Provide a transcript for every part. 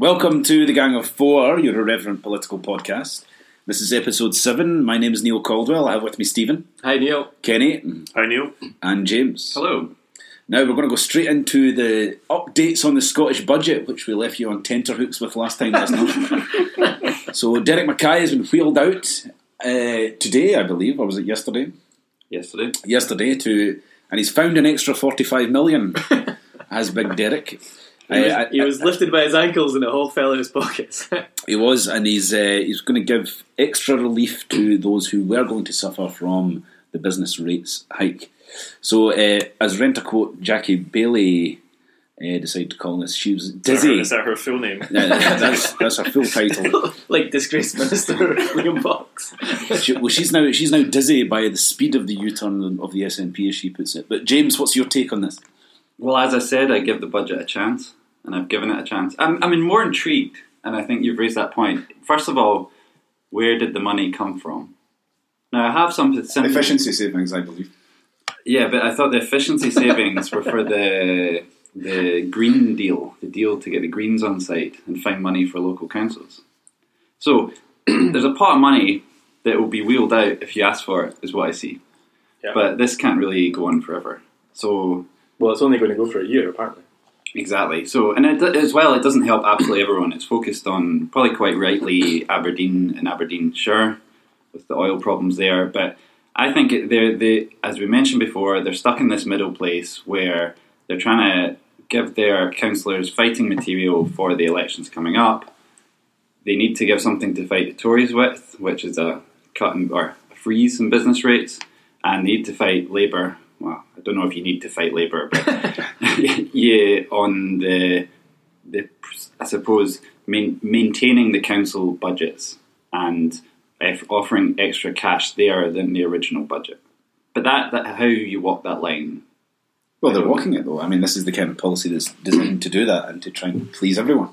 Welcome to the Gang of Four, your irreverent political podcast. This is episode seven. My name is Neil Caldwell. I have with me Stephen, Hi, Neil. Kenny, Hi, Neil. and James. Hello. Now we're going to go straight into the updates on the Scottish budget, which we left you on tenterhooks with last time, listeners. so Derek Mackay has been wheeled out uh, today, I believe, or was it yesterday? Yesterday. Yesterday to, and he's found an extra forty-five million. as Big Derek, Uh, He was, I- he was lifted by his ankles and it all fell in his pockets. He was, and he's uh, he's going to give extra relief to those who were going to suffer from the business rates hike. So, uh, as rent a quote, Jackie Bailey uh, decided to call this. She was Is that her- dizzy. is that her full name? Yeah, yeah, that's that's her full title. like disgraced minister Liam Fox. She, well, she's now she's now dizzy by the speed of the U-turn of the SNP, as she puts it. But James, what's your take on this? Well, as I said, I give the budget a chance, and I've given it a chance. I'm, I'm in more intrigued, and I think you've raised that point. First of all, where did the money come from? Now, I have some sympathy. savings, I believe. Yeah, but I thought the efficiency savings were for the the green deal, the deal to get the greens on site and find money for local councils. So there's a pot of money that will be wheeled out if you ask for it, is what I see. Yeah. But this can't really go on forever. So Well, it's only going to go for a year, apparently. exactly. So and it, do- as well, it doesn't help absolutely everyone. It's focused on probably quite rightly Aberdeen and Aberdeenshire with the oil problems there. But I think it- they're they as we mentioned before, they're stuck in this middle place where they're trying to give their councillors fighting material for the elections coming up. They need to give something to fight the Tories with, which is a cut in, or a freeze in business rates, and they need to fight Labour. Well, I don't know if you need to fight Labour, but yeah, on the the I suppose main, maintaining the council budgets and if offering extra cash there than the original budget. But that, that how you walk that line. Well, they're walking it though. I mean, this is the kind of policy that's designed to do that and to try and please everyone.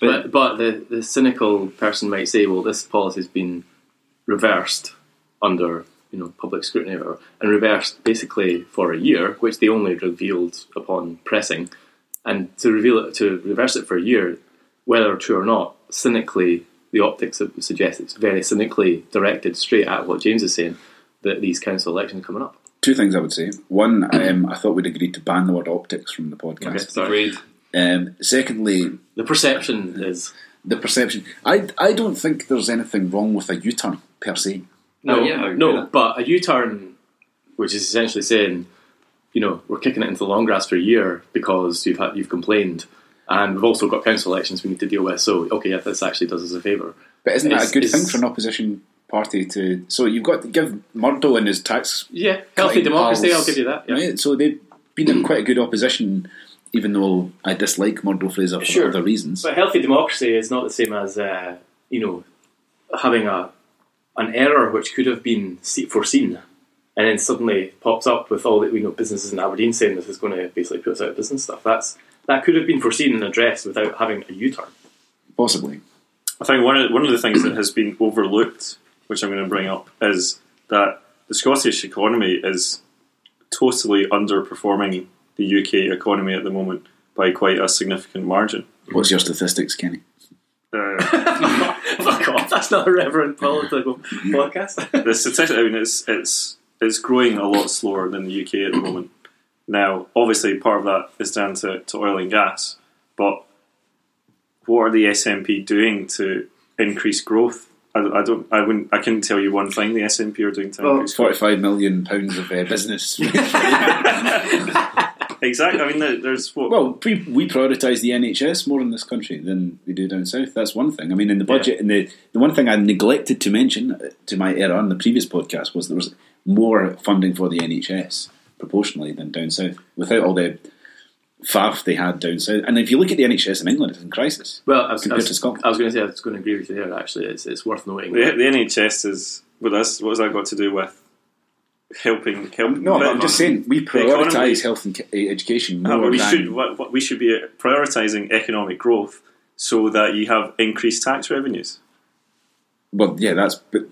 But- But, but the, the cynical person might say, well, this policy's been reversed under you know public scrutiny or whatever, and reversed basically for a year, which they only revealed upon pressing. And to reveal it, to reverse it for a year, whether true or not, cynically, the optics su- suggest it's very cynically directed straight at what James is saying that these council elections are coming up. Two things I would say. One, um, I thought we'd agreed to ban the word optics from the podcast. Sorry. Agreed. Um, secondly, The perception is the perception. I, I don't think there's anything wrong with a U turn per se. No, Oh, yeah, I agree with no, that. but a U-turn, which is essentially saying, you know, we're kicking it into the long grass for a year because you've had, you've complained, and we've also got council elections we need to deal with. So, okay, yeah, this actually does us a favour. But isn't that It's- a good it's- thing for an opposition party to? So you've got to give Murdo and his tax Yeah, healthy cutting democracy. I'll pals, give you that. Yeah. Right? So they've been in quite a good opposition, even though I dislike Murdo Fraser for Sure. other reasons. But healthy democracy is not the same as uh, you know having a an error which could have been se- foreseen, and then suddenly pops up with all the you know businesses in Aberdeen saying this is going to basically put us out of business. Stuff that's that could have been foreseen and addressed without having a U turn. Possibly. I think one of, one of the things that has been overlooked, which I'm going to bring up, is that the Scottish economy is totally underperforming the UK economy at the moment by quite a significant margin. What's your statistics, Kenny? Uh, Fuck off! That's not a reverent political podcast. the statistic, I mean, it's it's it's growing a lot slower than the UK at the moment. Now, obviously, part of that is down to, to oil and gas, but what are the SNP doing to increase growth? I, I don't, I wouldn't, I couldn't tell you one thing the SNP are doing to Well, increase growth. Forty-five million pounds of uh, business. Exactly. I mean, there- there's what Well, we, we prioritise the NHS more in this country than they do down south. That's one thing. I mean, in the budget, and the, the one thing I neglected to mention uh, to my error on the previous podcast was there was more funding for the NHS proportionally than down south without all the faff they had down south. And if you look at the NHS in England, it's in crisis. Well, I was, I Compared was- to Scotland. I was going to say I was going to agree with you there. Actually, it's it's worth noting. the, the NHS is. Well, that's what's that got to do with helping? helping No, I'm just saying we economy- prioritise health and ca- education Uh, more but we than should what, what we should be prioritising economic growth so that you have increased tax revenues. Well, yeah, that's. But,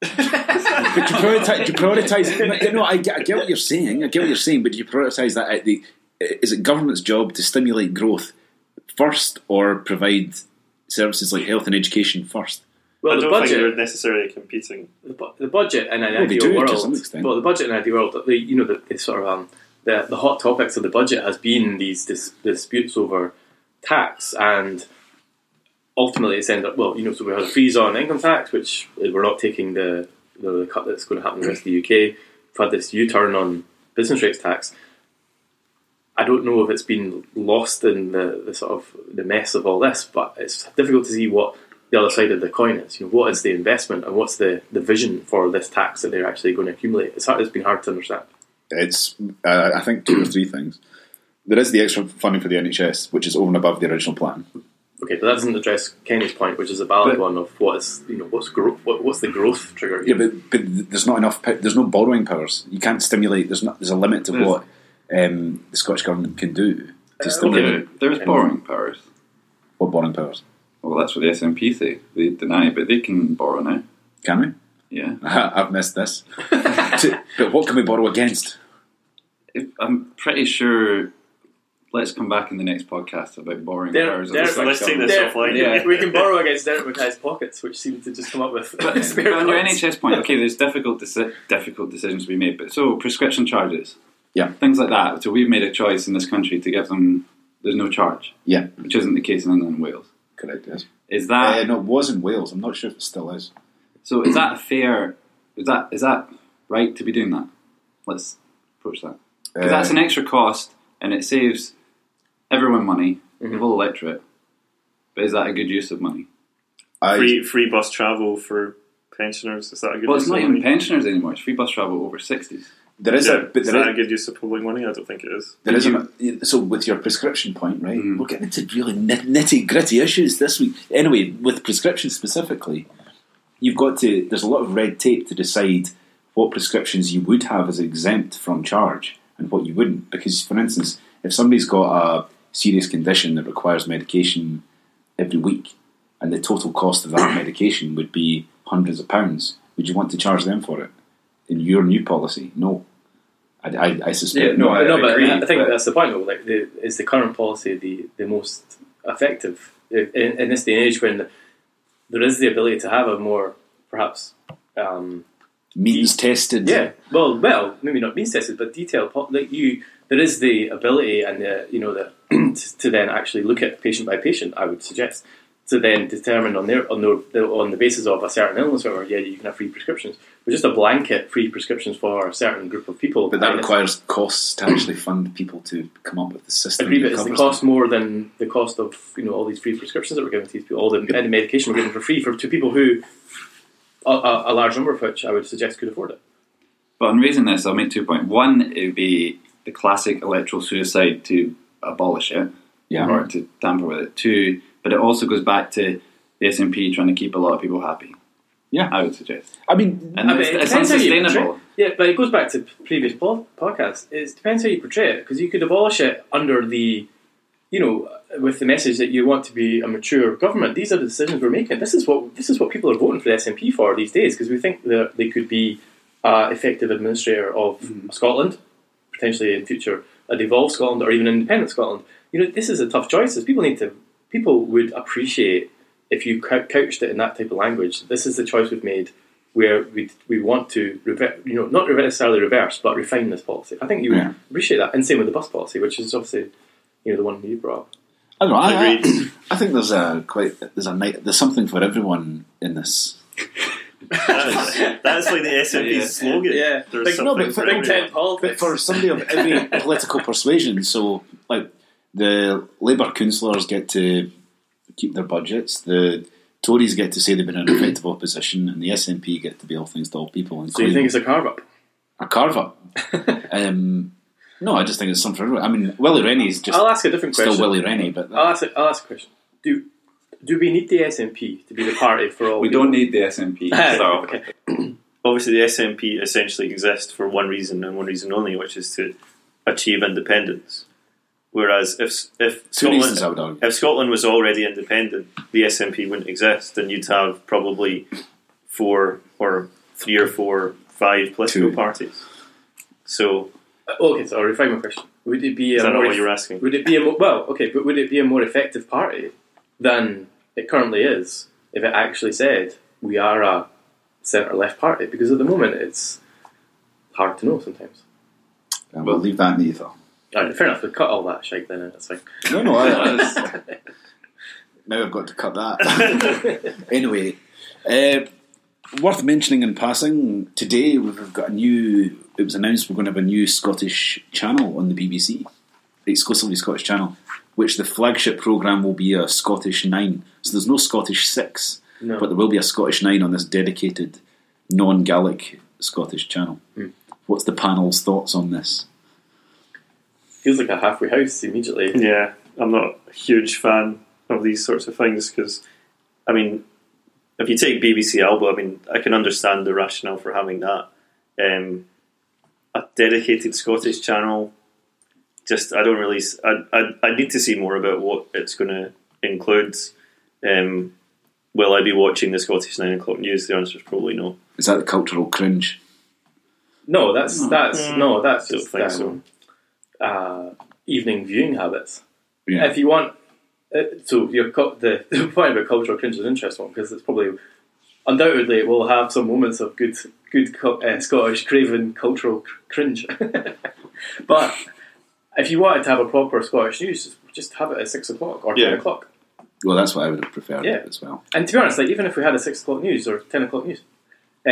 but you prioritize. You prioritize. No, I, get- I get what you're saying. I get what you're saying. But do you prioritize that at the? Is it government's job to stimulate growth first or provide services like health and education first? Well, I the don't think budget, they're necessarily competing. the, bu- the budget in an Well, they ideal do, to world. some extent. Well, the budget in an ideal world, the, you know, the, the sort of um, the, the hot topics of the budget has been these dis- disputes over tax and ultimately it's ended up well, you know, so we had a freeze on income tax, which uh, we're not taking the the cut that's going to happen in the rest of the UK. We've had this U turn on business rates tax. I don't know if it's been lost in the, the sort of the mess of all this, but it's difficult to see what the other side of the coin is. You know, what is the investment and what's the, the vision for this tax that they're actually going to accumulate? It's hard, it's been hard to understand. It's, uh, I think, two or three things. There is the extra funding for the NHS, which is over and above the original plan. Okay, but that doesn't address Kenny's point, which is a valid But- one of what is you know what's gro- what, what's the growth trigger? Yeah, but, but there's not enough. pa- There's no borrowing powers. You can't stimulate. There's not. There's a limit to There's- what um, the Scottish government can do to stimulate There, there's borrowing powers. what borrowing powers. Well, that's what the SNP say. They deny it, but they can borrow now. Can we? Yeah. I've missed this. To- but what can we borrow against? If, I'm pretty sure. Let's come back in the next podcast about borrowing There- powers. of there- the Scottish let's take government. this off line. Yeah. we can borrow against Derek Mackay's pockets, which seem to just come up with But, but spare on your funds. NHS point, okay, there's difficult deci- difficult decisions to be made. But so prescription charges, Yeah. things like that. So we've made a choice in this country to give them there's no charge, Yeah, which isn't the case in England and Wales. correct. Yes. Is Uh, that no, it was in Wales. I'm not sure if it still is. so? Is that fair? Is that is that right to be doing that? Let's approach that. Uh, Because that's an extra cost and it saves everyone money, the whole electorate. But is that a good use of money? I- Free free bus travel for pensioners. Is that a good? Well, use it's not of even money? pensioners anymore. It's free bus travel over 60s. there is Yeah, a but is that there a is, good use of public money? I don't think it is. there is a, so with your prescription point, right? Mm-hmm. We're getting into really nitty gritty issues this week. Anyway, with prescription specifically, you've got to. There's a lot of red tape to decide what prescriptions you would have as exempt from charge and what you wouldn't. Because, for instance, if somebody's got a serious condition that requires medication every week, and the total cost of that medication would be hundreds of pounds, would you want to charge them for it in your new policy? No. I, I, I suspect. Yeah, no, not. I- no, but agree, I think but- that's the point. Though. Like, the, is the current policy the, the most effective in, in this day and age when there is the ability to have a more perhaps um, means tested. yeah well well maybe not means tested but detailed po- like you there is the ability and the you know the to, to then actually look at patient by patient. I would suggest to then determine on their on their, the on the basis of a certain illness or yeah you can have free prescriptions but just a blanket free prescriptions for a certain group of people But that I- requires costs to actually fund people to come up with the system. agree, that but it's the covers cost more than the cost of you know all these free prescriptions that we're giving to these people, all the any medication we're giving for free for to people who a, a, a large number of which I would suggest could afford it. But on raising this, I'll make two points. One, it would be the classic electoral suicide to abolish it Yeah. or to tamper with it. Two, but it also goes back to the SNP trying to keep a lot of people happy. Yeah. I would suggest. I mean, And I mean, it's, it it's depends how you unsustainable. portray- Yeah, but it goes back to previous po- podcasts. It depends how you portray it because you could abolish it under the, you know, with the message that you want to be a mature government. These are the decisions we're making. This is what this is what people are voting for the SNP for these days because we think that they could be uh, effective administrator of Scotland, potentially in future a devolved Scotland or even independent Scotland. You know, this is a tough choice. As people need to, people would appreciate if you cou- couched it in that type of language. This is the choice we've made where we we want to rever- you know not necessarily reverse but refine this policy. I think you would Yeah. appreciate that, and same with the bus policy, whiwhich is obviously you know the one you brought up. I don't know. I, I, Agreed. I think there's a quite there's a night there's something for everyone in this. That's, that's like the SNP Yeah. slogan. Yeah. There's Like, something no, but for for Big everyone. But politics. for somebody of every political persuasion, so like the Labour councillors get to keep their budgets, the Tories get to say they've been an effective opposition, and the SNP get to be all things to all people, so you including think it's a carve up? a carve up. um, no, I just think it's something for everyone. I mean, Willie Rennie's just I'll ask a different still question. Willie Rennie, but that- I'll ask a, I'll ask a question. Do do we need the SNP to be the party for all? We people? don't need the SNP. Ah, so okay. obviously the SNP essentially exists for one reason and one reason only, which is to achieve independence. Whereas if if two reasons I Scotland, would argue. if Scotland was already independent, the SNP wouldn't exist, and you'd have probably four or three or four, five political Two. parties. So Uh, Okay, so I'll refine my question. Would it be Is a that not more what you're asking? would it be a mo- well okay, but would it be a more effective party than it currently is if it actually said we are a centre left party? Because at the moment it's hard to know sometimes. And we'll leave that in the ether. All right, fair enough. We cut all that shite then. That's fine. No, no, I, I, now I've got to cut that. anyway, uh, worth mentioning in passing, today we've got a new, it was announced we're going to have a new Scottish channel on the BBC, exclusively Scottish channel, which the flagship programme will be a Scottish 9. So there's no Scottish 6, No. but there will be a Scottish 9 on this dedicated non Gaelic Scottish channel. What's the panel's thoughts on this? Feels like a halfway house immediately. Yeah, I'm not a huge fan of these sorts of things because, I mean, if you take BBC Alba, I mean, I can understand the rationale for having that. Um, a dedicated Scottish channel, just, I don't really, s- I, I, I need to see more about what it's going to include. Um, will I be watching the Scottish 9 o'clock news? The answer is probably no. Is that the cultural cringe? No, that's that's no, that's Don't just think um, so. uh, evening viewing habits. Yeah. If you want, uh, so your cu- the, the point about cultural cringe is an interesting one because it's probably undoubtedly it will have some moments of good good co- uh, Scottish craven cultural cr- cringe. but if you wanted to have a proper Scottish news, just have it at six o'clock or ten Yeah. o'clock. Well, that's what I would have preferred Yeah. as well. And to be honest, like even if we had a six o'clock news or ten o'clock news,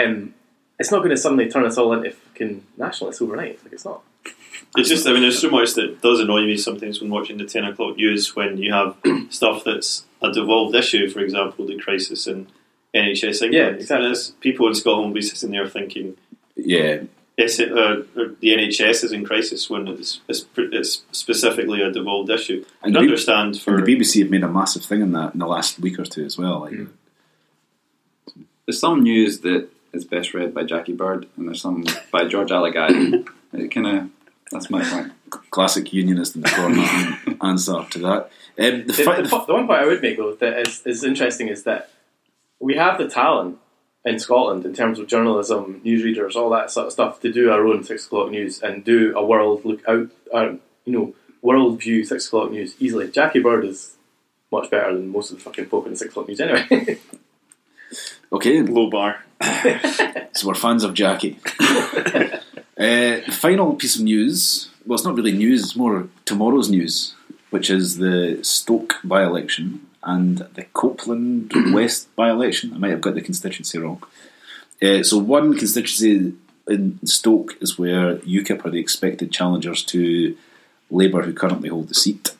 um, it's not going to suddenly turn us all into fucking nationalists overnight. Like it's not. It's just, I mean, there's so much that does annoy me sometimes when watching the 10 o'clock news when you have stuff that's a devolved issue, for example, the crisis in NHS England. Yeah, exactly. And it's- people in Scotland will be sitting there thinking, Yeah, yes, it, uh, the NHS is in crisis when it's, it's, it's specifically a devolved issue. I And can the- understand for. And the BBC have made a massive thing in that in the last week or two as well. Like, There's some news that is best read by Jackie Bird, and there's some by George Allegheny. it kind of that's my point. classic unionist and corner answer to that. Um, the the, fi- the, po- the one point I would make though that is, is interesting is that we have the talent in Scotland in terms of journalism, newsreaders, all that sort of stuff to do our own six o'clock news and do a world look out, uh, you know, world view six o'clock news easily. Jackie Bird is much better than most of the fucking folk in the six o'clock news anyway. okay, Low bar. so we're fans of Jackie. uh, final piece of news. Well, it's not really news; it's more tomorrow's news, which is the Stoke by-election and the Copeland West by-election. I might have got the constituency wrong. Uh, so one constituency in Stoke is where UKIP are the expected challengers to Labour, who currently hold the seat.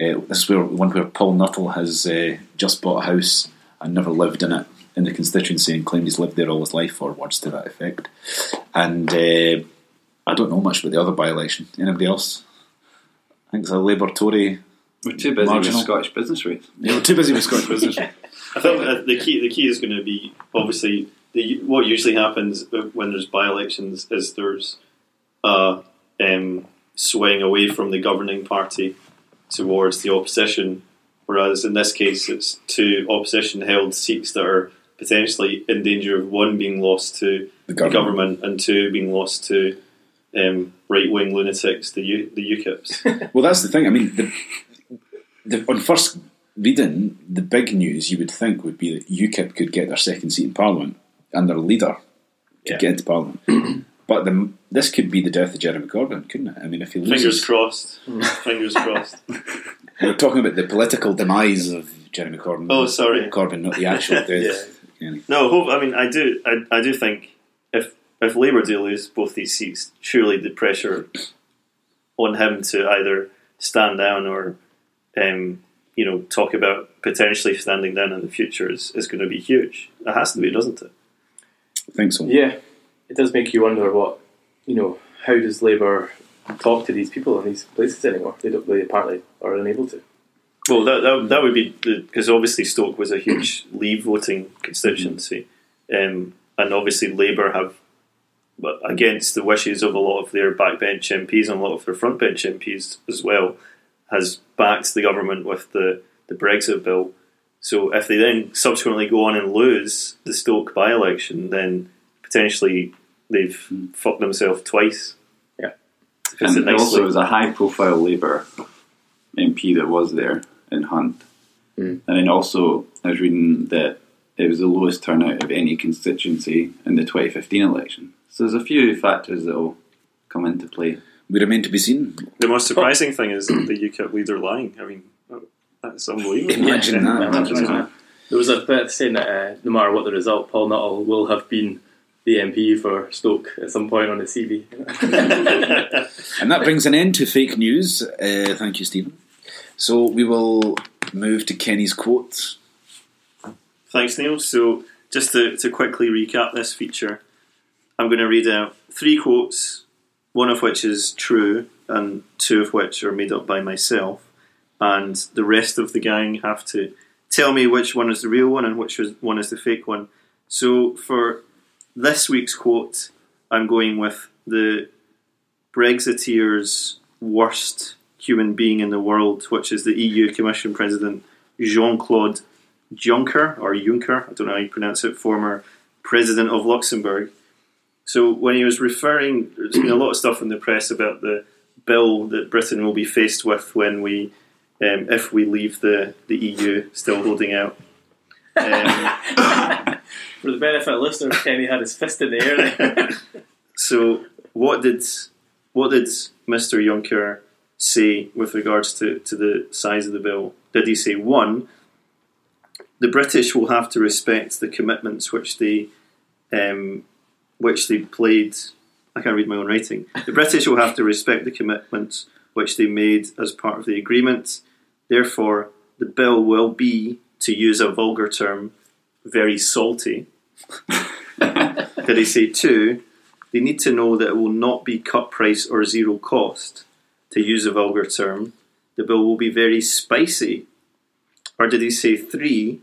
Uh, this is where one where Paul Nuttall has uh, just bought a house and never lived in it in the constituency and claimed he's lived there all his life, or words to that effect. And uh, I don't know much about the other by-election. Anybody else? I think it's a Labour Tory. We're too busy Marginal. with Scottish business rates. Yeah, we're too busy with Scottish business. I think uh, the key the key is going to be obviously the what usually happens when there's by elections is there's a um, swing away from the governing party towards the opposition, whereas in this case it's two opposition held seats that are potentially in danger of one being lost to The the government. government and two being lost to um, right wing lunatics, the U, the UKIPs. Well, that's the thing. I mean, the, the, on first reading, the big news you would think would be that UKIP could get their second seat in Parliament and their leader could Yeah. get into Parliament. but the, this could be the death of Jeremy Corbyn, couldn't it? I mean, if he Fingers loses, crossed. Fingers crossed. we're talking about the political demise of Jeremy Corbyn. Oh, sorry. Corbyn, not the actual death. Anyway. No, hope, I mean, I do, I, I do think if if Labour do lose both these seats, surely the pressure on him to either stand down or, um, you know, talk about potentially standing down in the future is, is going to be huge. It has to be, doesn't it? I think so. yeah, it does make you wonder what you know. How does Labour talk to these people in these places anymore? They don't. They apparently are unable to. Well, that that, that would be because obviously Stoke was a huge Leave voting constituency, um, and obviously Labour have, but against the wishes of a lot of their backbench MPs and a lot of their frontbench MPs as well, has backed the government with the, the Brexit bill. So if they then subsequently go on and lose the Stoke by election, then potentially they've fucked themselves twice. Yeah. To Fits it Hmm. and nicely. also, it was a high-profile Labour MP that was there in Hunt, Mm. and then also I was reading that it was the lowest turnout of any constituency in the 2015 election. So there's a few factors that will come into play. We remain to be seen. The most surprising thing is the UKIP leader lying. I mean, that's unbelievable. Imagine Yeah. that. Imagine that. There was a bit saying that uh, no matter what the result, Paul Nuttall will have been the MP for Stoke at some point on his CV. And that brings an end to fake news. Uh, thank you, Stephen. So we will move to Kenny's quote. Thanks, Neil. So, just to, to quickly recap this feature, I'm going to read out three quotes, one of which is true, and two of which are made up by myself. And the rest of the gang have to tell me which one is the real one and which is- one is the fake one. So, for this week's quote, I'm going with the Brexiteers' worst human being in the world, which is the EU Commission President Jean Claude Juncker or Juncker, I don't know how you pronounce it, former president of Luxembourg. So when he was referring, there's been a lot of stuff in the press about the bill that Britain will be faced with when we, um, if we leave the, the EU, still holding out. Um, For the benefit of listeners, Kenny had his fist in the air there. so what did what did Mr. Juncker say with regards to, to the size of the bill? Did he say one, the British will have to respect the commitments which they um, which they played I can't read my own writing. The British will have to respect the commitments which they made as part of the agreement. Therefore, the bill will be, to use a vulgar term, very salty. Did he say two? They need to know that it will not be cut price or zero cost, to use a vulgar term. The bill will be very spicy. Or did he say three?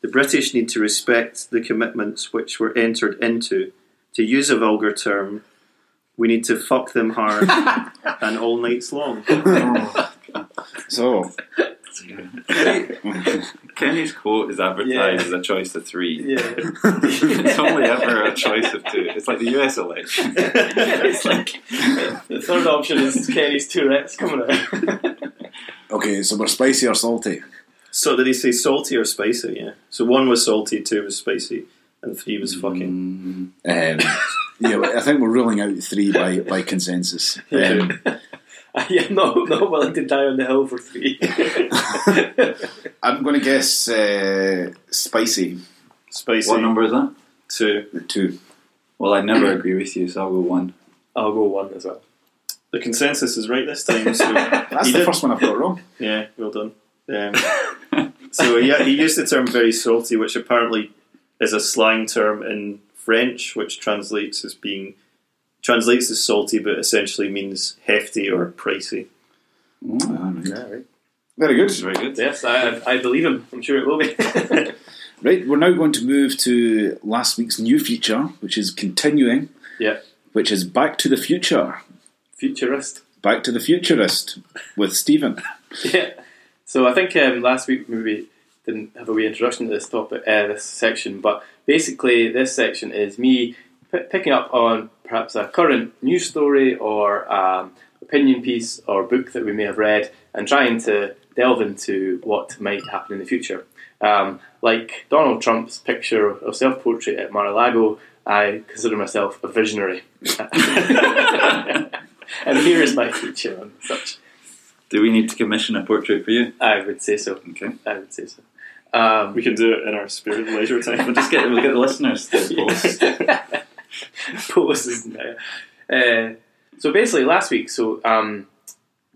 The British need to respect the commitments which were entered into. To use a vulgar term, we need to fuck them hard and all nights long. So Kenny's quote is advertised Yeah. as a choice of three. yeah. it's only ever a choice of two. It's like the US election. It's like the third option is Kenny's Tourette's coming out. okay, so we're spicy or salty. So did he say salty or spicy? Yeah. So one was salty, two was spicy, and three was fucking. Mm, Um, yeah, I think we're ruling out three by, by consensus. Um, yeah, no, not willing to die on the hill for three. I'm going to guess uh, spicy. Spicy. what number is that? two. Two. Well, I never agree with you, so I'll go one. I'll go one as well. The consensus is right this time. So That's You the did- first one I've got wrong. Yeah, well done. Um, so yeah, he used the term "very salty," which apparently is a slang term in French, which translates as being translates as salty, but essentially means hefty or pricey. All right. right. Very good. It's very good. Yes, I, I- I believe him. I'm sure it will be. Right, we're now going to move to last week's new feature, which is continuing, yeah, which is Back to the Future. futurist. Back to the Futurist with Stephen. Yeah. So I think um, last week maybe didn't have a wee introduction to this topic, uh, this section, but basically this section is me p- picking up on perhaps a current news story or um, opinion piece or book that we may have read and trying to delve into what might happen in the future. Um, like Donald Trump's picture or self-portrait at Mar-a-Lago, I consider myself a visionary. and here is my future on such. Do we need to commission a portrait for you? I would say so. Okay. I would say so. Um, We can do it in our spare leisure time. We'll just get, we'll get the listeners to post. poses now. Uh, so basically, last week, so um,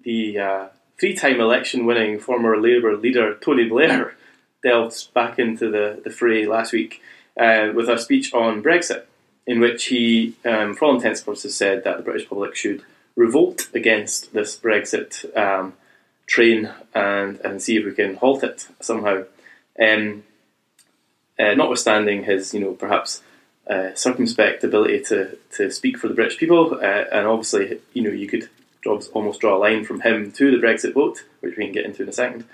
the uh, three-time election-winning former Labour leader Tony Blair delved back into the, the fray last week uh, with a speech on Brexit, in which he, um, for all intents and purposes, said that the British public should revolt against this Brexit um, train and and see if we can halt it somehow. Um, uh, notwithstanding his, you know, perhaps uh, circumspect ability to, to speak for the British people, uh, and obviously, you know, you could jobs almost draw a line from him to the Brexit vote, which we can get into in a second.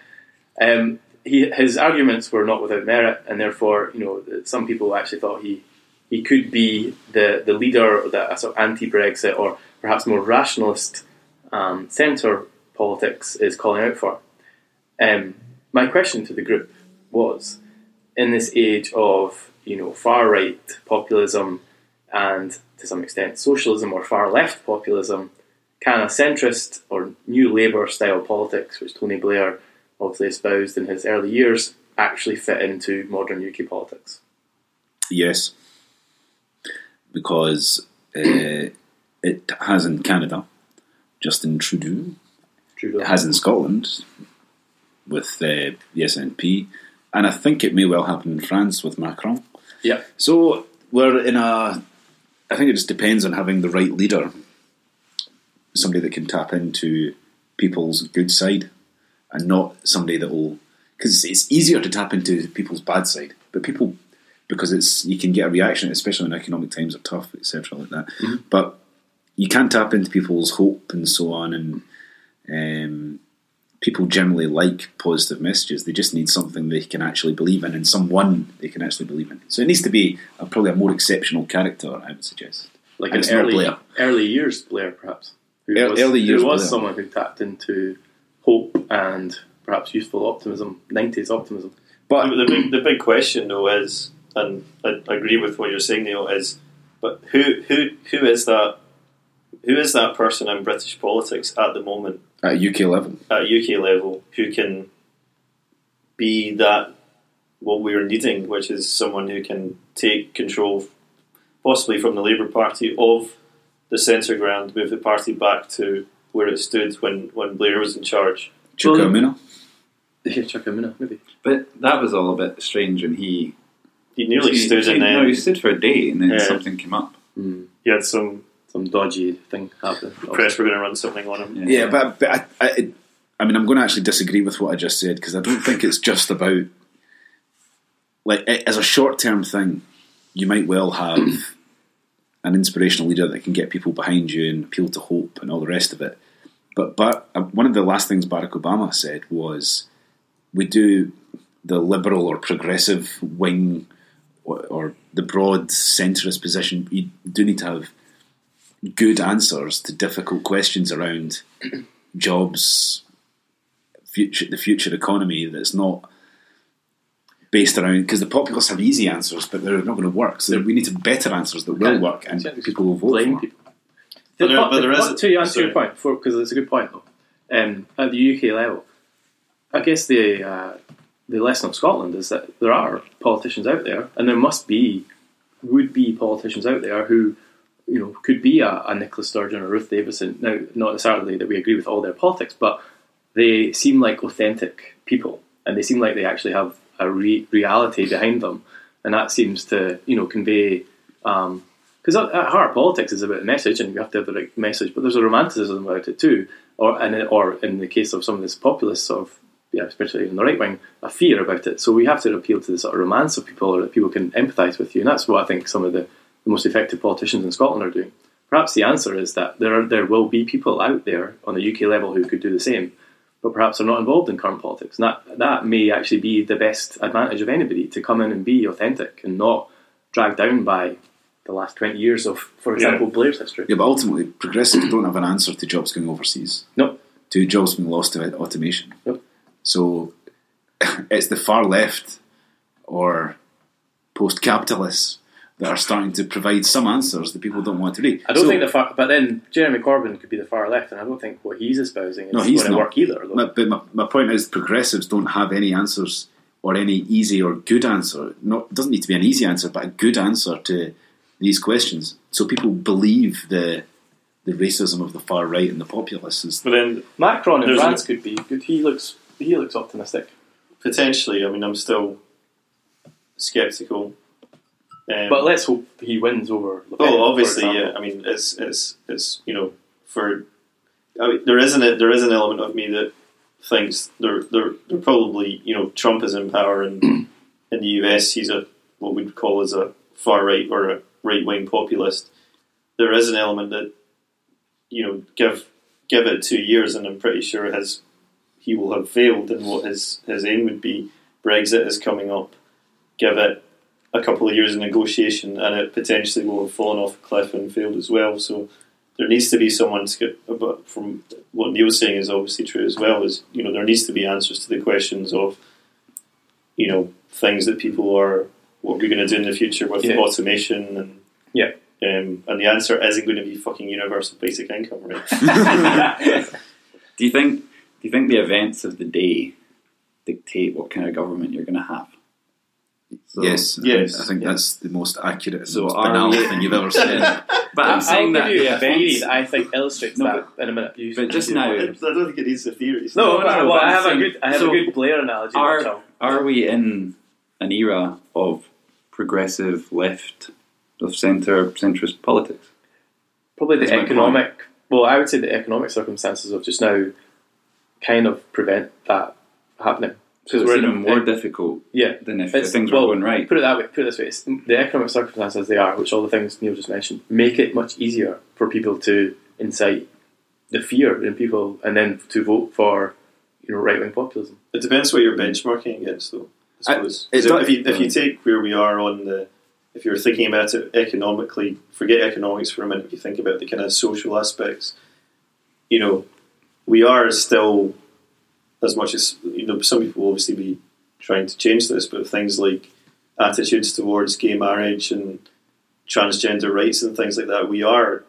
Um, he, his arguments were not without merit, and therefore, you know, some people actually thought he he could be the the leader, or the a sort of anti-Brexit, or perhaps more rationalist um, centre politics is calling out for. Um, my question to the group was, in this age of you know far right populism and to some extent socialism or far left populism, can a centrist or new Labour style politics, which Tony Blair obviously espoused in his early years, actually fit into modern UK politics? Yes, because uh, it has in Canada Justin Trudeau. Trudeau. It has in Scotland with uh, the SNP, and I think it may well happen in France with Macron. Yeah. So we're in a. I think it just depends on having the right leader, somebody that can tap into people's good side, and not somebody that will. Because it's easier to tap into people's bad side, but people, because it's you can get a reaction, especially when economic times are tough, etc., like that. But you can tap into people's hope and so on, and um, people generally like positive messages. They just need something they can actually believe in and someone they can actually believe in. So it needs to be a, probably a more exceptional character, I would suggest. like And an it's not early Blair. early years Blair, perhaps. Who Ear- was, early years who was Blair. someone who tapped into hope and perhaps youthful optimism, nineties optimism. But The big, the big question though is, and I I agree with what you're saying, Neil, is, but who who who is that? Who is that person in British politics at the moment at UK level, at UK level who can be that what we're needing, which is someone who can take control, possibly from the Labour Party, of the centre ground, move the party back to where it stood when, when Blair was in charge. Chuka Well- Amino. Yeah, chuck him in, maybe. But that was all a bit strange when he He nearly he- stood he- and No, then he stood for a day and then Yeah. something came up. he had some Some dodgy thing happened. press were going to run something on him. Yeah, but, but I, I, I mean, I'm going to actually disagree with what I just said because I don't think it's just about like a- as a short term thing. You might well have an inspirational leader that can get people behind you and appeal to hope and all the rest of it. But but uh, one of the last things Barack Obama said was, "We do the liberal or progressive wing." Or or the broad centrist position, you do need to have good answers to difficult questions around jobs, future, the future economy that's not based around because the populists have easy answers, but they're not going to work. So we need to better answers that will Yeah. work and Yeah, we could people will vote blame for. people. But there- but there is- to answer sorry. your point, because it's a good point though. Um, at the UK level, I guess the uh, the lesson of Scotland is that there are politicians out there, and there must be would be politicians out there who you know could be a, a Nicola Sturgeon or Ruth Davidson. Now, not necessarily that we agree with all their politics, but they seem like authentic people, and they seem like they actually have a re- reality behind them, and that seems to you know convey. Um, because at, at heart, politics is about a message, and you have to have the right message. But there's a romanticism about it too, or and it- or in the case of some of this populist sort of, yeah, especially in the right wing, a fear about it. So we have to appeal to the sort of romance of people, or that people can empathise with you, and that's what I think some of the, the most effective politicians in Scotland are doing. Perhaps the answer is that there are, there will be people out there on the UK level who could do the same, but perhaps are not involved in current politics. And that that may actually be the best advantage of anybody to come in and be authentic and not dragged down by the last 20 years of, for example, Blair's history. Yeah, but ultimately, progressives don't have an answer to jobs going overseas, No, to jobs being lost to automation. Yep. So it's the far left or post capitalists that are starting to provide some answers that people don't want to read. I don't So- think the far, but then Jeremy Corbyn could be the far left, and I don't think what he's espousing is No, he's going to not. work either. Though. My, but my, my point is, progressives don't have any answers or any easy or good answer. Not it doesn't need to be an easy answer, but a good answer to these questions. So people believe the the racism of the far right and the populists. Is, But then Macron in There's a- France could be good. He looks he looks optimistic, potentially, I mean, I'm still sceptical. Um, but let's hope he wins over. Le Pen, Oh, for obviously, example. yeah. I mean, it's it's it's you know, for I mean, there isn't a, there is an element of me that thinks they're they're, they're probably you know Trump is in power and in the US he's a what we'd call as a far right or a right wing populist. There is an element that you know give give it two years and I'm pretty sure his he will have failed in what his his aim would be. Brexit is coming up. Give it a couple of years of negotiation and it potentially will have fallen off a cliff and failed as well. So there needs to be someone to get. But from what Neil's saying is obviously true as well. Is you know there needs to be answers to the questions of, you know, things that people are what we're going to do in the future with Yeah. automation and Yeah. Um, and the answer isn't going to be fucking universal basic income, right? do you think? Do you think the events of the day dictate what kind of government you're going to have? So- yes, yes, I think yeah. that's the most accurate, and So most are banal we- thing you've ever said. But I'm I'll saying give that you the a theory events. that I think illustrates No, that in a minute. You- but just you- now- I don't think it needs the theories. No, no, No, no, well, but I I'm have saying- a good, I have so a good Blair analogy. our- which I'll- Are we in an era of progressive left of centre centrist politics? probably the That's my economic. Well, I would say the economic circumstances of just now kind of prevent that happening So because it's we're in a even more e- difficult yeah. than if It's- things well, were going right. Put it that way. Put it this way: it's the economic circumstances they are, which all the things Neil just mentioned, make it much easier for people to incite the fear in people, and then to vote for you know right wing populism. It depends what you're benchmarking against, though. I I- Mm. suppose. it's 'Cause not- if, you, if you take where we are on the, if you're thinking about it economically, forget economics for a minute. If you think about the kind of social aspects, you know, we are still, as much as you know, some people will obviously be trying to change this, but things like attitudes towards gay marriage and transgender rights and things like that, we are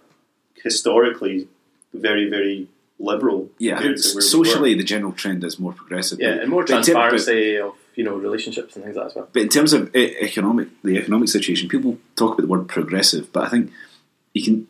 historically very, very liberal. Yeah, compared to where we were. socially, the general trend is more progressive. Yeah, but- and more but in ter- but- transparency of you know relationships and things like that as well. But in terms of e- economic, the economic situation, people talk about the word progressive, but I think you can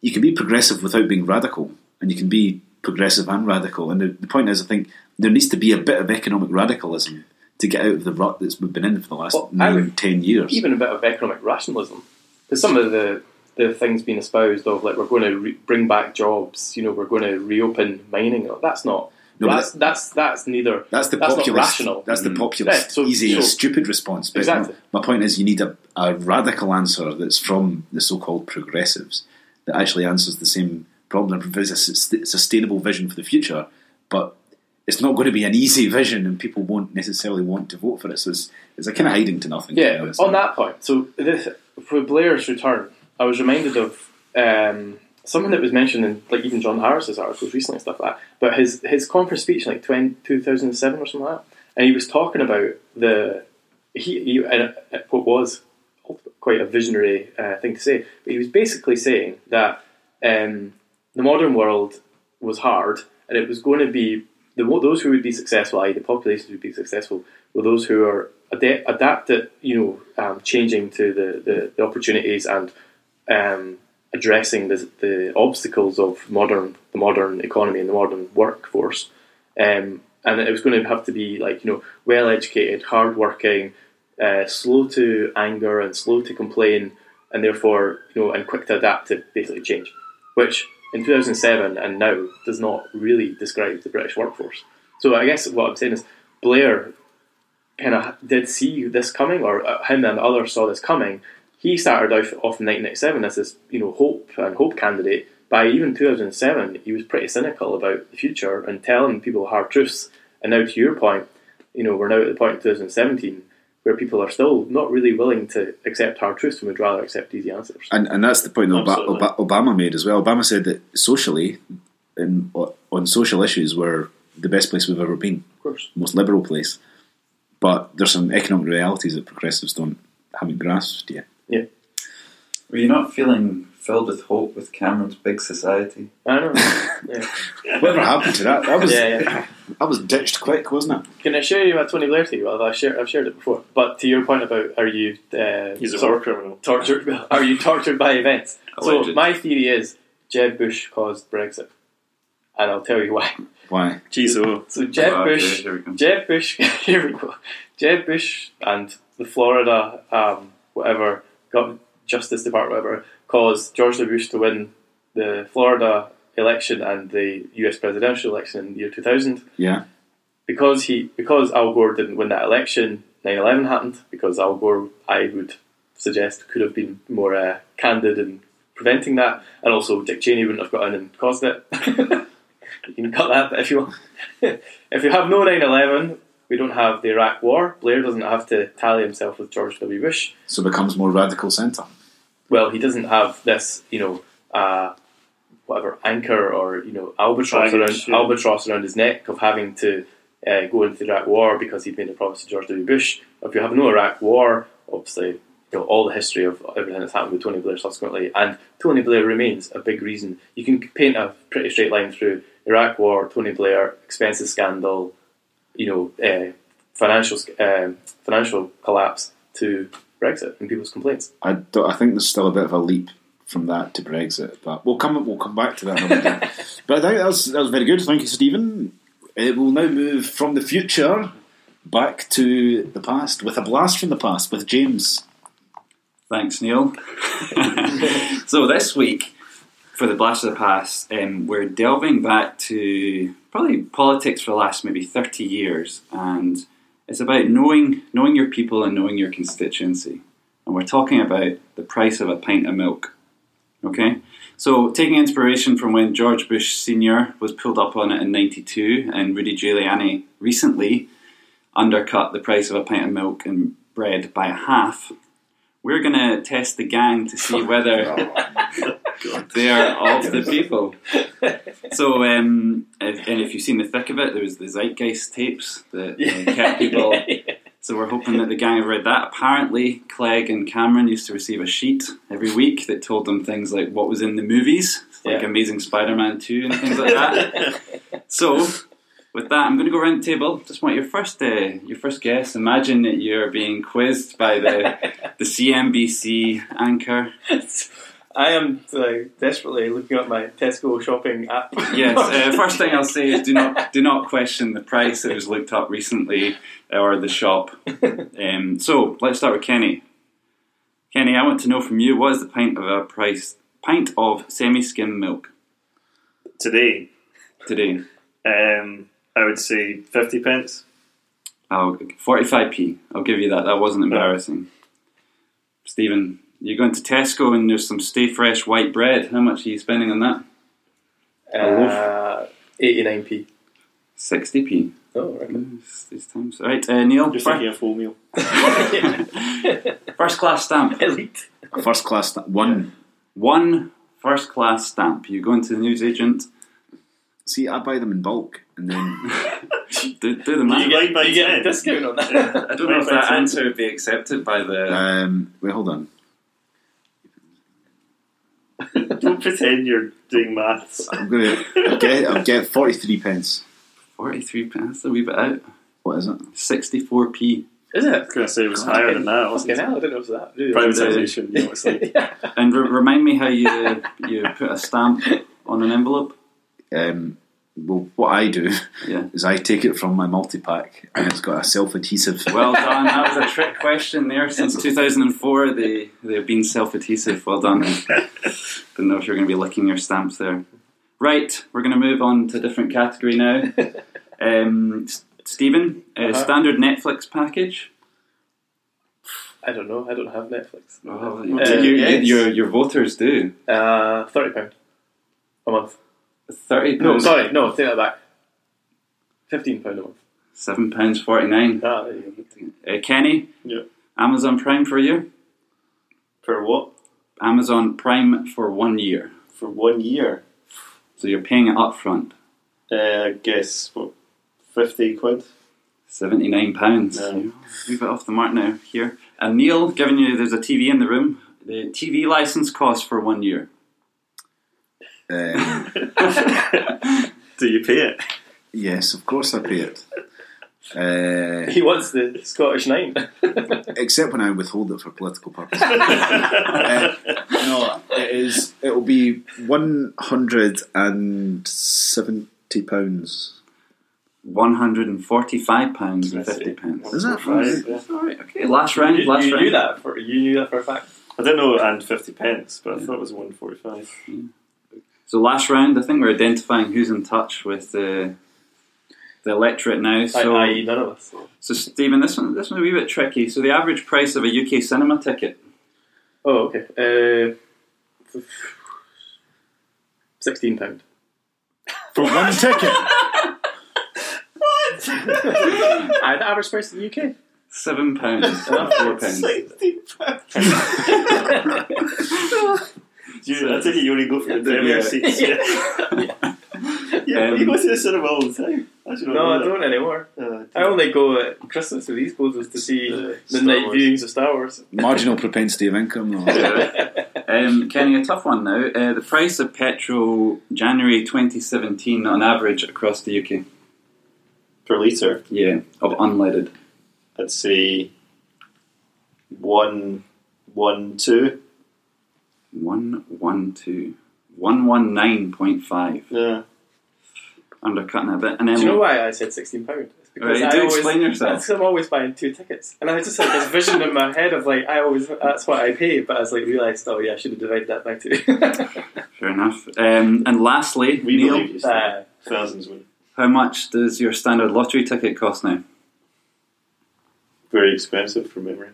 you can be progressive without being radical, and you can be progressive and radical. And the, the point is, I think there needs to be a bit of economic radicalism to get out of the rut that's we've been in for the last Well, I nine, would- ten years. even a bit of economic rationalism. Because some of the, the things being espoused of, like, we're going to re- bring back jobs, you know, we're going to reopen mining, that's not. No, but that's, that's that's neither. that's the that's not populist. rational. That's the Mm. populist, Yeah, so- easy, so- stupid response. But Exactly. my, my point is, you need a, a radical answer that's from the so-called progressives that actually answers the same problem and provides a sus- sustainable vision for the future. But it's not going to be an easy vision, and people won't necessarily want to vote for it. So it's, it's a kind of hiding to nothing. you yeah, know, it's on not- that point. So this, for Blair's return, I was reminded of um, something that was mentioned in like even John Harris's articles recently and stuff like that. But his his conference speech in like 20, 2007 or something like that, and he was talking about the he, he and it- what was quite a visionary uh, thing to say, but he was basically saying that um, the modern world was hard, and it was going to be the those who would be successful, i.e., the populations who would be successful, were those who are ad- adapted, you know, um, changing to the, the, the opportunities and um, addressing the, the obstacles of modern the modern economy and the modern workforce. Um, and it was going to have to be like you know well educated, hard working, uh, slow to anger and slow to complain, and therefore you know and quick to adapt to basically change, which in 2007 and now does not really describe the British workforce. So I guess what I'm saying is Blair kind of did see this coming, or uh, him and others saw this coming. He started off, off in 1997 as this, you know, hope and hope candidate. By even 2007, he was pretty cynical about the future and telling people hard truths. And now, to your point, you know, we're now at the point in 2017 where people are still not really willing to accept hard truths and would rather accept easy answers. And, and that's the point that Oba- Absolutely. Oba- Obama made as well. Obama said that socially, in, on social issues, we're the best place we've ever been. Of course. most liberal place. But there's some economic realities that progressives don't haven't grasped yet. Were you not feeling filled with hope with Cameron's big society? I don't know. Yeah. Whatever happened to that? That was yeah, yeah. that was ditched quick, wasn't it? Can I share you my Tony Blair theory? Well, I've shared, I've shared it before. But to your point about are you uh, He's a sort war of criminal. tortured? Are you tortured by events? So Alleged. my theory is Jeb Bush caused Brexit, and I'll tell you why. Why? Jeez, oh. So Jeb Oh, okay, Bush, here we go. Jeb Bush, here we go. Jeb Bush and the Florida, um, whatever, gov- Justice Department, whatever, caused George W. Bush to win the Florida election and the U.S. presidential election in the year 2000 Yeah. because he because Al Gore didn't win that election, 9-11 happened. Because Al Gore, I would suggest, could have been more uh, candid in preventing that, and also Dick Cheney wouldn't have got in and caused it. you can cut that bit if you want. if you have no 9-11, we don't have the Iraq War. Blair doesn't have to tally himself with George W. Bush So becomes more radical centre. well, he doesn't have this, you know, uh, whatever anchor or you know albatross Baggage, around yeah. albatross around his neck of having to uh, go into the Iraq War because he'd made a promise to George W. Bush. If you have no Iraq War, obviously you know all the history of everything that's happened with Tony Blair subsequently, and Tony Blair remains a big reason. You can paint a pretty straight line through Iraq War, Tony Blair, expenses scandal, you know, uh, financial sc- um, financial collapse to Brexit and people's complaints. I, don't, I think there's still a bit of a leap from that to Brexit, but we'll come we'll come back to that. Another day. but I think that was that was very good. Thank you, Stephen. It will now move from the future back to the past with a blast from the past with James. Thanks, Neil. so this week for the Blast of the Past, um, we're delving back to probably politics for the last maybe thirty years, and it's about knowing knowing your people and knowing your constituency. And we're talking about the price of a pint of milk. Okay, so taking inspiration from when George Bush Senior was pulled up on it in '92, and Rudy Giuliani recently undercut the price of a pint of milk and bread by a half. We're going to test the gang to see whether they are of the people. So, um, if, and if you've seen the thick of it, there was the Zeitgeist tapes that you know, kept people. So we're hoping that the gang have read that. Apparently, Clegg and Cameron used to receive a sheet every week that told them things like what was in the movies, like Yeah. Amazing Spider-Man Two and things like that. so, with that, I'm going to go round the table. Just want your first uh, your first guess. Imagine that you're being quizzed by the the CNBC anchor. I am like, desperately looking up my Tesco shopping app. Yes. Uh, first thing I'll say is do not do not question the price that was looked up recently uh, or the shop. Um, so let's start with Kenny. Kenny, I want to know from you what is the pint of a price pint of semi skim milk Today, today? um, I would say 50 pence. I'll, 45p. I'll give you that. That wasn't embarrassing. Stephen, you're going to Tesco and there's some stay fresh white bread. How much are you spending on that? Uh, 89p. 60p. Oh, right. It's, it's times. All right, uh, Neil, You're fir- thinking of wholemeal. first class stamp. Elite. A first class sta- one. One first class stamp. You go into the newsagent, See, I buy them in bulk, and then do, do the math. You get, you get a discount on that. I don't know if that answer would be accepted by the. um, wait, hold on. Don't pretend you're doing maths. I'm gonna I'll get I'll get forty three pence. 43 p. That's a wee bit out. What is it? 64p. Is it? I was going to say it was higher than that. wasn't Fucking it? hell, I didn't know it was that. Really? Privatisation, you know, it's like yeah. And re- remind me how you you put a stamp on an envelope. Um, well, what I do Yeah. is I take it from my multi pack, and it's got a self adhesive. Well done. That was a trick question there. Since 2004, they, they've been self adhesive. Well done. Didn't know if you were going to be licking your stamps there. Right, we're going to move on to a different category now. Um, S- Stephen, uh, Uh-huh. standard Netflix package. I don't know. I don't have Netflix. you, Uh, you- yes. your, your voters do. Uh, £30 a month. 30 No, pounds. sorry. No, take that back. £15 a month. 7 pounds 49. Ah, there you go. Uh, Kenny? Yeah. Amazon Prime for a year? For what? Amazon Prime for one year. For one year. So you're paying it up front. Uh, I guess, what, 50 quid? Seventy-nine pounds. No. We've got off the mark now here. And Neil, giving you there's a TV in the room. The TV license cost for one year. Um, Do you pay it? yes, of course I pay it. Uh, He wants the Scottish nine. except when I withhold it for political purposes. Uh, no, it is. It will be one hundred and seventy pounds. One hundred and forty-five pounds and That's it. fifty pence. Is that right? Right, yeah. All right. Okay. Last round. you, last you round. knew that for you knew that for a fact. I don't know, and 50 pence, but I thought it was 145. So last round. I think we're identifying who's in touch with the the electorate now. So, I, I, none of us. so Stephen, this one this one's a wee bit tricky. So the average price of a UK cinema ticket. Oh, okay. Uh, sixteen pound. For one ticket, I the average price in the UK. Seven pounds and four pence. Sixty pounds. You, I take it you only go for the premiere yeah. seats. Yeah, yeah Um, you go to the cinema all the time. I should No, I know don't anymore. that. Uh, I only go at Christmas with these closes to see the night viewings of Star Wars. Marginal propensity of income. Or, Um, Kenny, a tough one now. Uh, the price of petrol January 2017 on average across the UK. per litre, Yeah, of unleaded. I'd say one, one, two. One one two. One one nine point five. Yeah. Undercutting it a bit. And then Do you know why I said sixteen pound? It's because Right, I do always, explain yourself. that's 'cause I'm always buying two tickets, and I just had this vision in my head of like I always that's what I pay, but I was like realised oh yeah I should have divided that by two. fair enough. Um, and lastly, We Neil, believe you. Steve. uh, Thousands win. how much does your standard lottery ticket cost now? Very expensive from memory.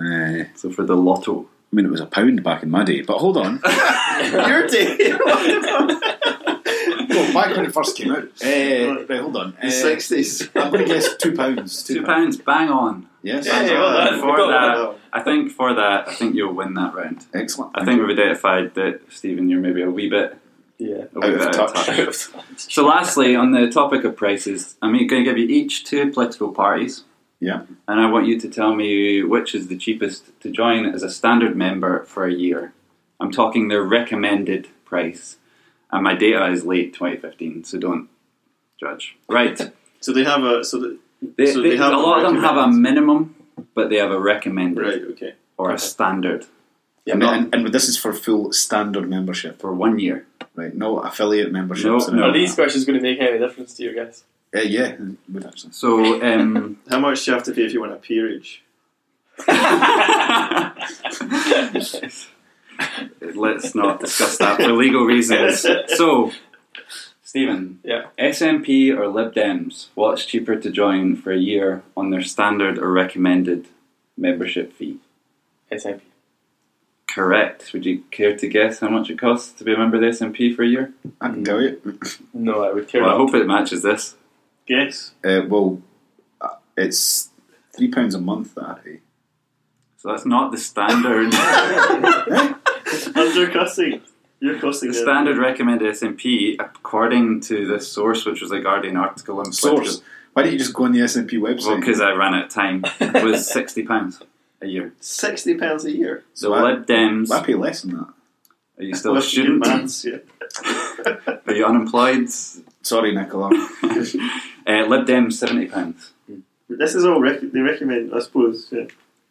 Eh, So for the lotto. I mean, it was a pound back in my day, but hold on. Your day. Well, back when it first came out. Eh, right, hold on. Eh, sixties. I'm going to guess two pounds. Two pounds, bang on. Yes. Yeah, yeah, Ah, well done. For Well that, done. I think for that, I think you'll win that round. Excellent. I think we've identified that Stephen, you're maybe a wee bit, yeah. a wee Out of bit touch. So, lastly, on the topic of prices, I'm going to give you each two political parties. Yeah. And I want you to tell me which is the cheapest to join as a standard member for a year. I'm talking their recommended price. And my data is late 2015, so don't judge. Right. So they have a so the, They, So they- they have a lot of them have a recommended. minimum, but they have a recommended right okay. or a standard Yeah, and, and, and this is for full standard membership, for one year. right? No affiliate memberships. No, no. Are these questions going to make any difference to you guys? Eh, yeah, it would actually. So, um, How much do you have to pay if you want a peerage? let's not discuss that for legal reasons. So, Stephen, Yeah. SNP or Lib Dems, what's cheaper to join for a year on their standard or recommended membership fee? SNP. Correct. Would you care to guess how much it costs to be a member of the SNP for a year? I can tell you. No, I would care. Well, I not. hope it matches this. Guess. Uh, well, uh, it's three pounds a month. That eh? So that's not the standard. Under cussing. You're cussing. The standard recommended S&P, according to this source, which was a Guardian article on source. Why don't you just go on the S and P website? because I ran out of time, was sixty pounds a year. Sixty pounds a year. So I- Lib Dems, I pay less than that. are you still a Well, your student? Are Maths, yeah. you unemployed? Sorry, Nicola. Uh, Lib Dems, seventy pounds. This is all rec- they recommend, I suppose. Yeah.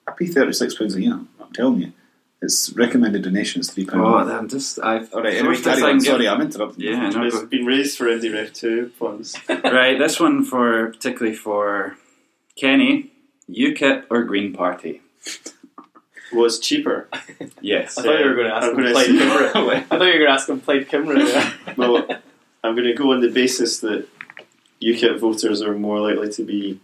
I pay thirty six pounds a year. I'm telling you, it's recommended donations three pounds. Oh, I'm just I've All right. Anyway, sourced this carry I on. can get- Sorry, I'm interrupting. Yeah, no, It's go- been raised for MDREF two funds. right. This one for particularly for Kenny, UKIP or Green Party? Was cheaper. Yes. I thought you were going to ask I'm him gonna Plaid see- Cymru. I thought you were going to ask him Plaid Cymru. Well, I'm going to go on the basis that UKIP voters are more likely to be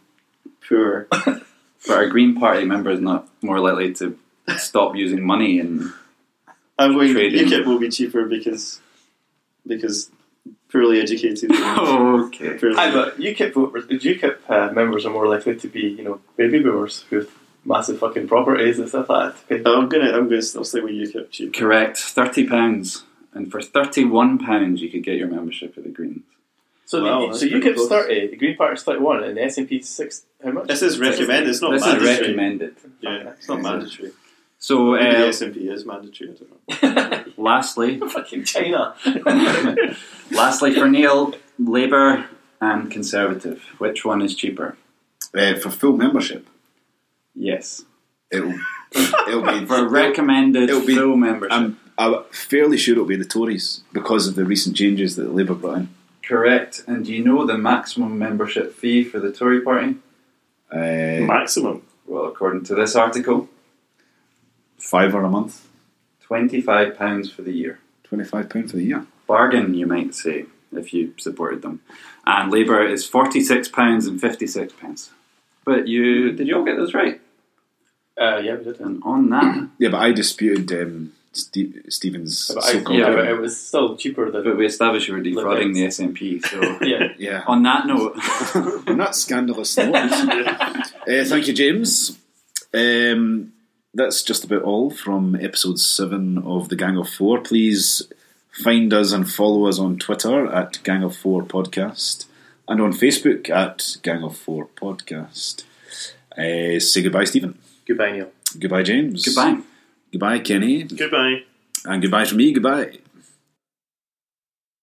poor. But our Green Party member is not more likely to stop using money and I'm going. Trading. UKIP will be cheaper because because poorly educated. Oh, and okay. poorly- Aye, but UKIP voters, UKIP uh, members are more likely to be, you know, baby boomers with massive fucking properties and stuff like that. to pay. I'm gonna I'm gonna still stay with UKIP cheap. Correct. Thirty pounds, and for thirty-one pounds, you could get your membership at the Greens. So, Wow, the, that's so pretty UKIP's close. thirty, the Green Party's thirty-one, and the SNP's six. How much? This is recommended. It's not this is mandatory. recommended. Yeah, it's not mandatory. So, Maybe the uh, SNP is mandatory. I don't know. lastly, fucking China. Uh, lastly for Neil, Labour and Conservative, which one is cheaper? Uh, for full membership, Yes, it'll it'll be for recommended it'll be- full membership. I'm, I'm fairly sure it'll be the Tories because of the recent changes that Labour brought in. Correct. And do you know the maximum membership fee for the Tory Party? Uh, Maximum. Well, according to this article, five or a month, twenty-five pounds for the year. twenty five pound for the year. Bargain, you might say, if you supported them. And Labour is forty-six pounds and fifty-six pence. But you did you all get those right? Uh, yeah, we did. And on that, Yeah, but I disputed um, Ste- Stephen's But I, so-called. yeah, but it was still cheaper but than. we established you were defrauding the SNP. So Yeah, Yeah. on that note, I'm not scandalous. No. uh, thank you, James. Um, that's just about all from episode seven of the Gang of Four. Please find us and follow us on Twitter at Gang of Four Podcast and on Facebook at Gang of Four Podcast. Uh, say goodbye, Stephen. Goodbye, Neil. Goodbye, James. Goodbye. Goodbye, Kenny. Goodbye. And goodbye from me. Goodbye.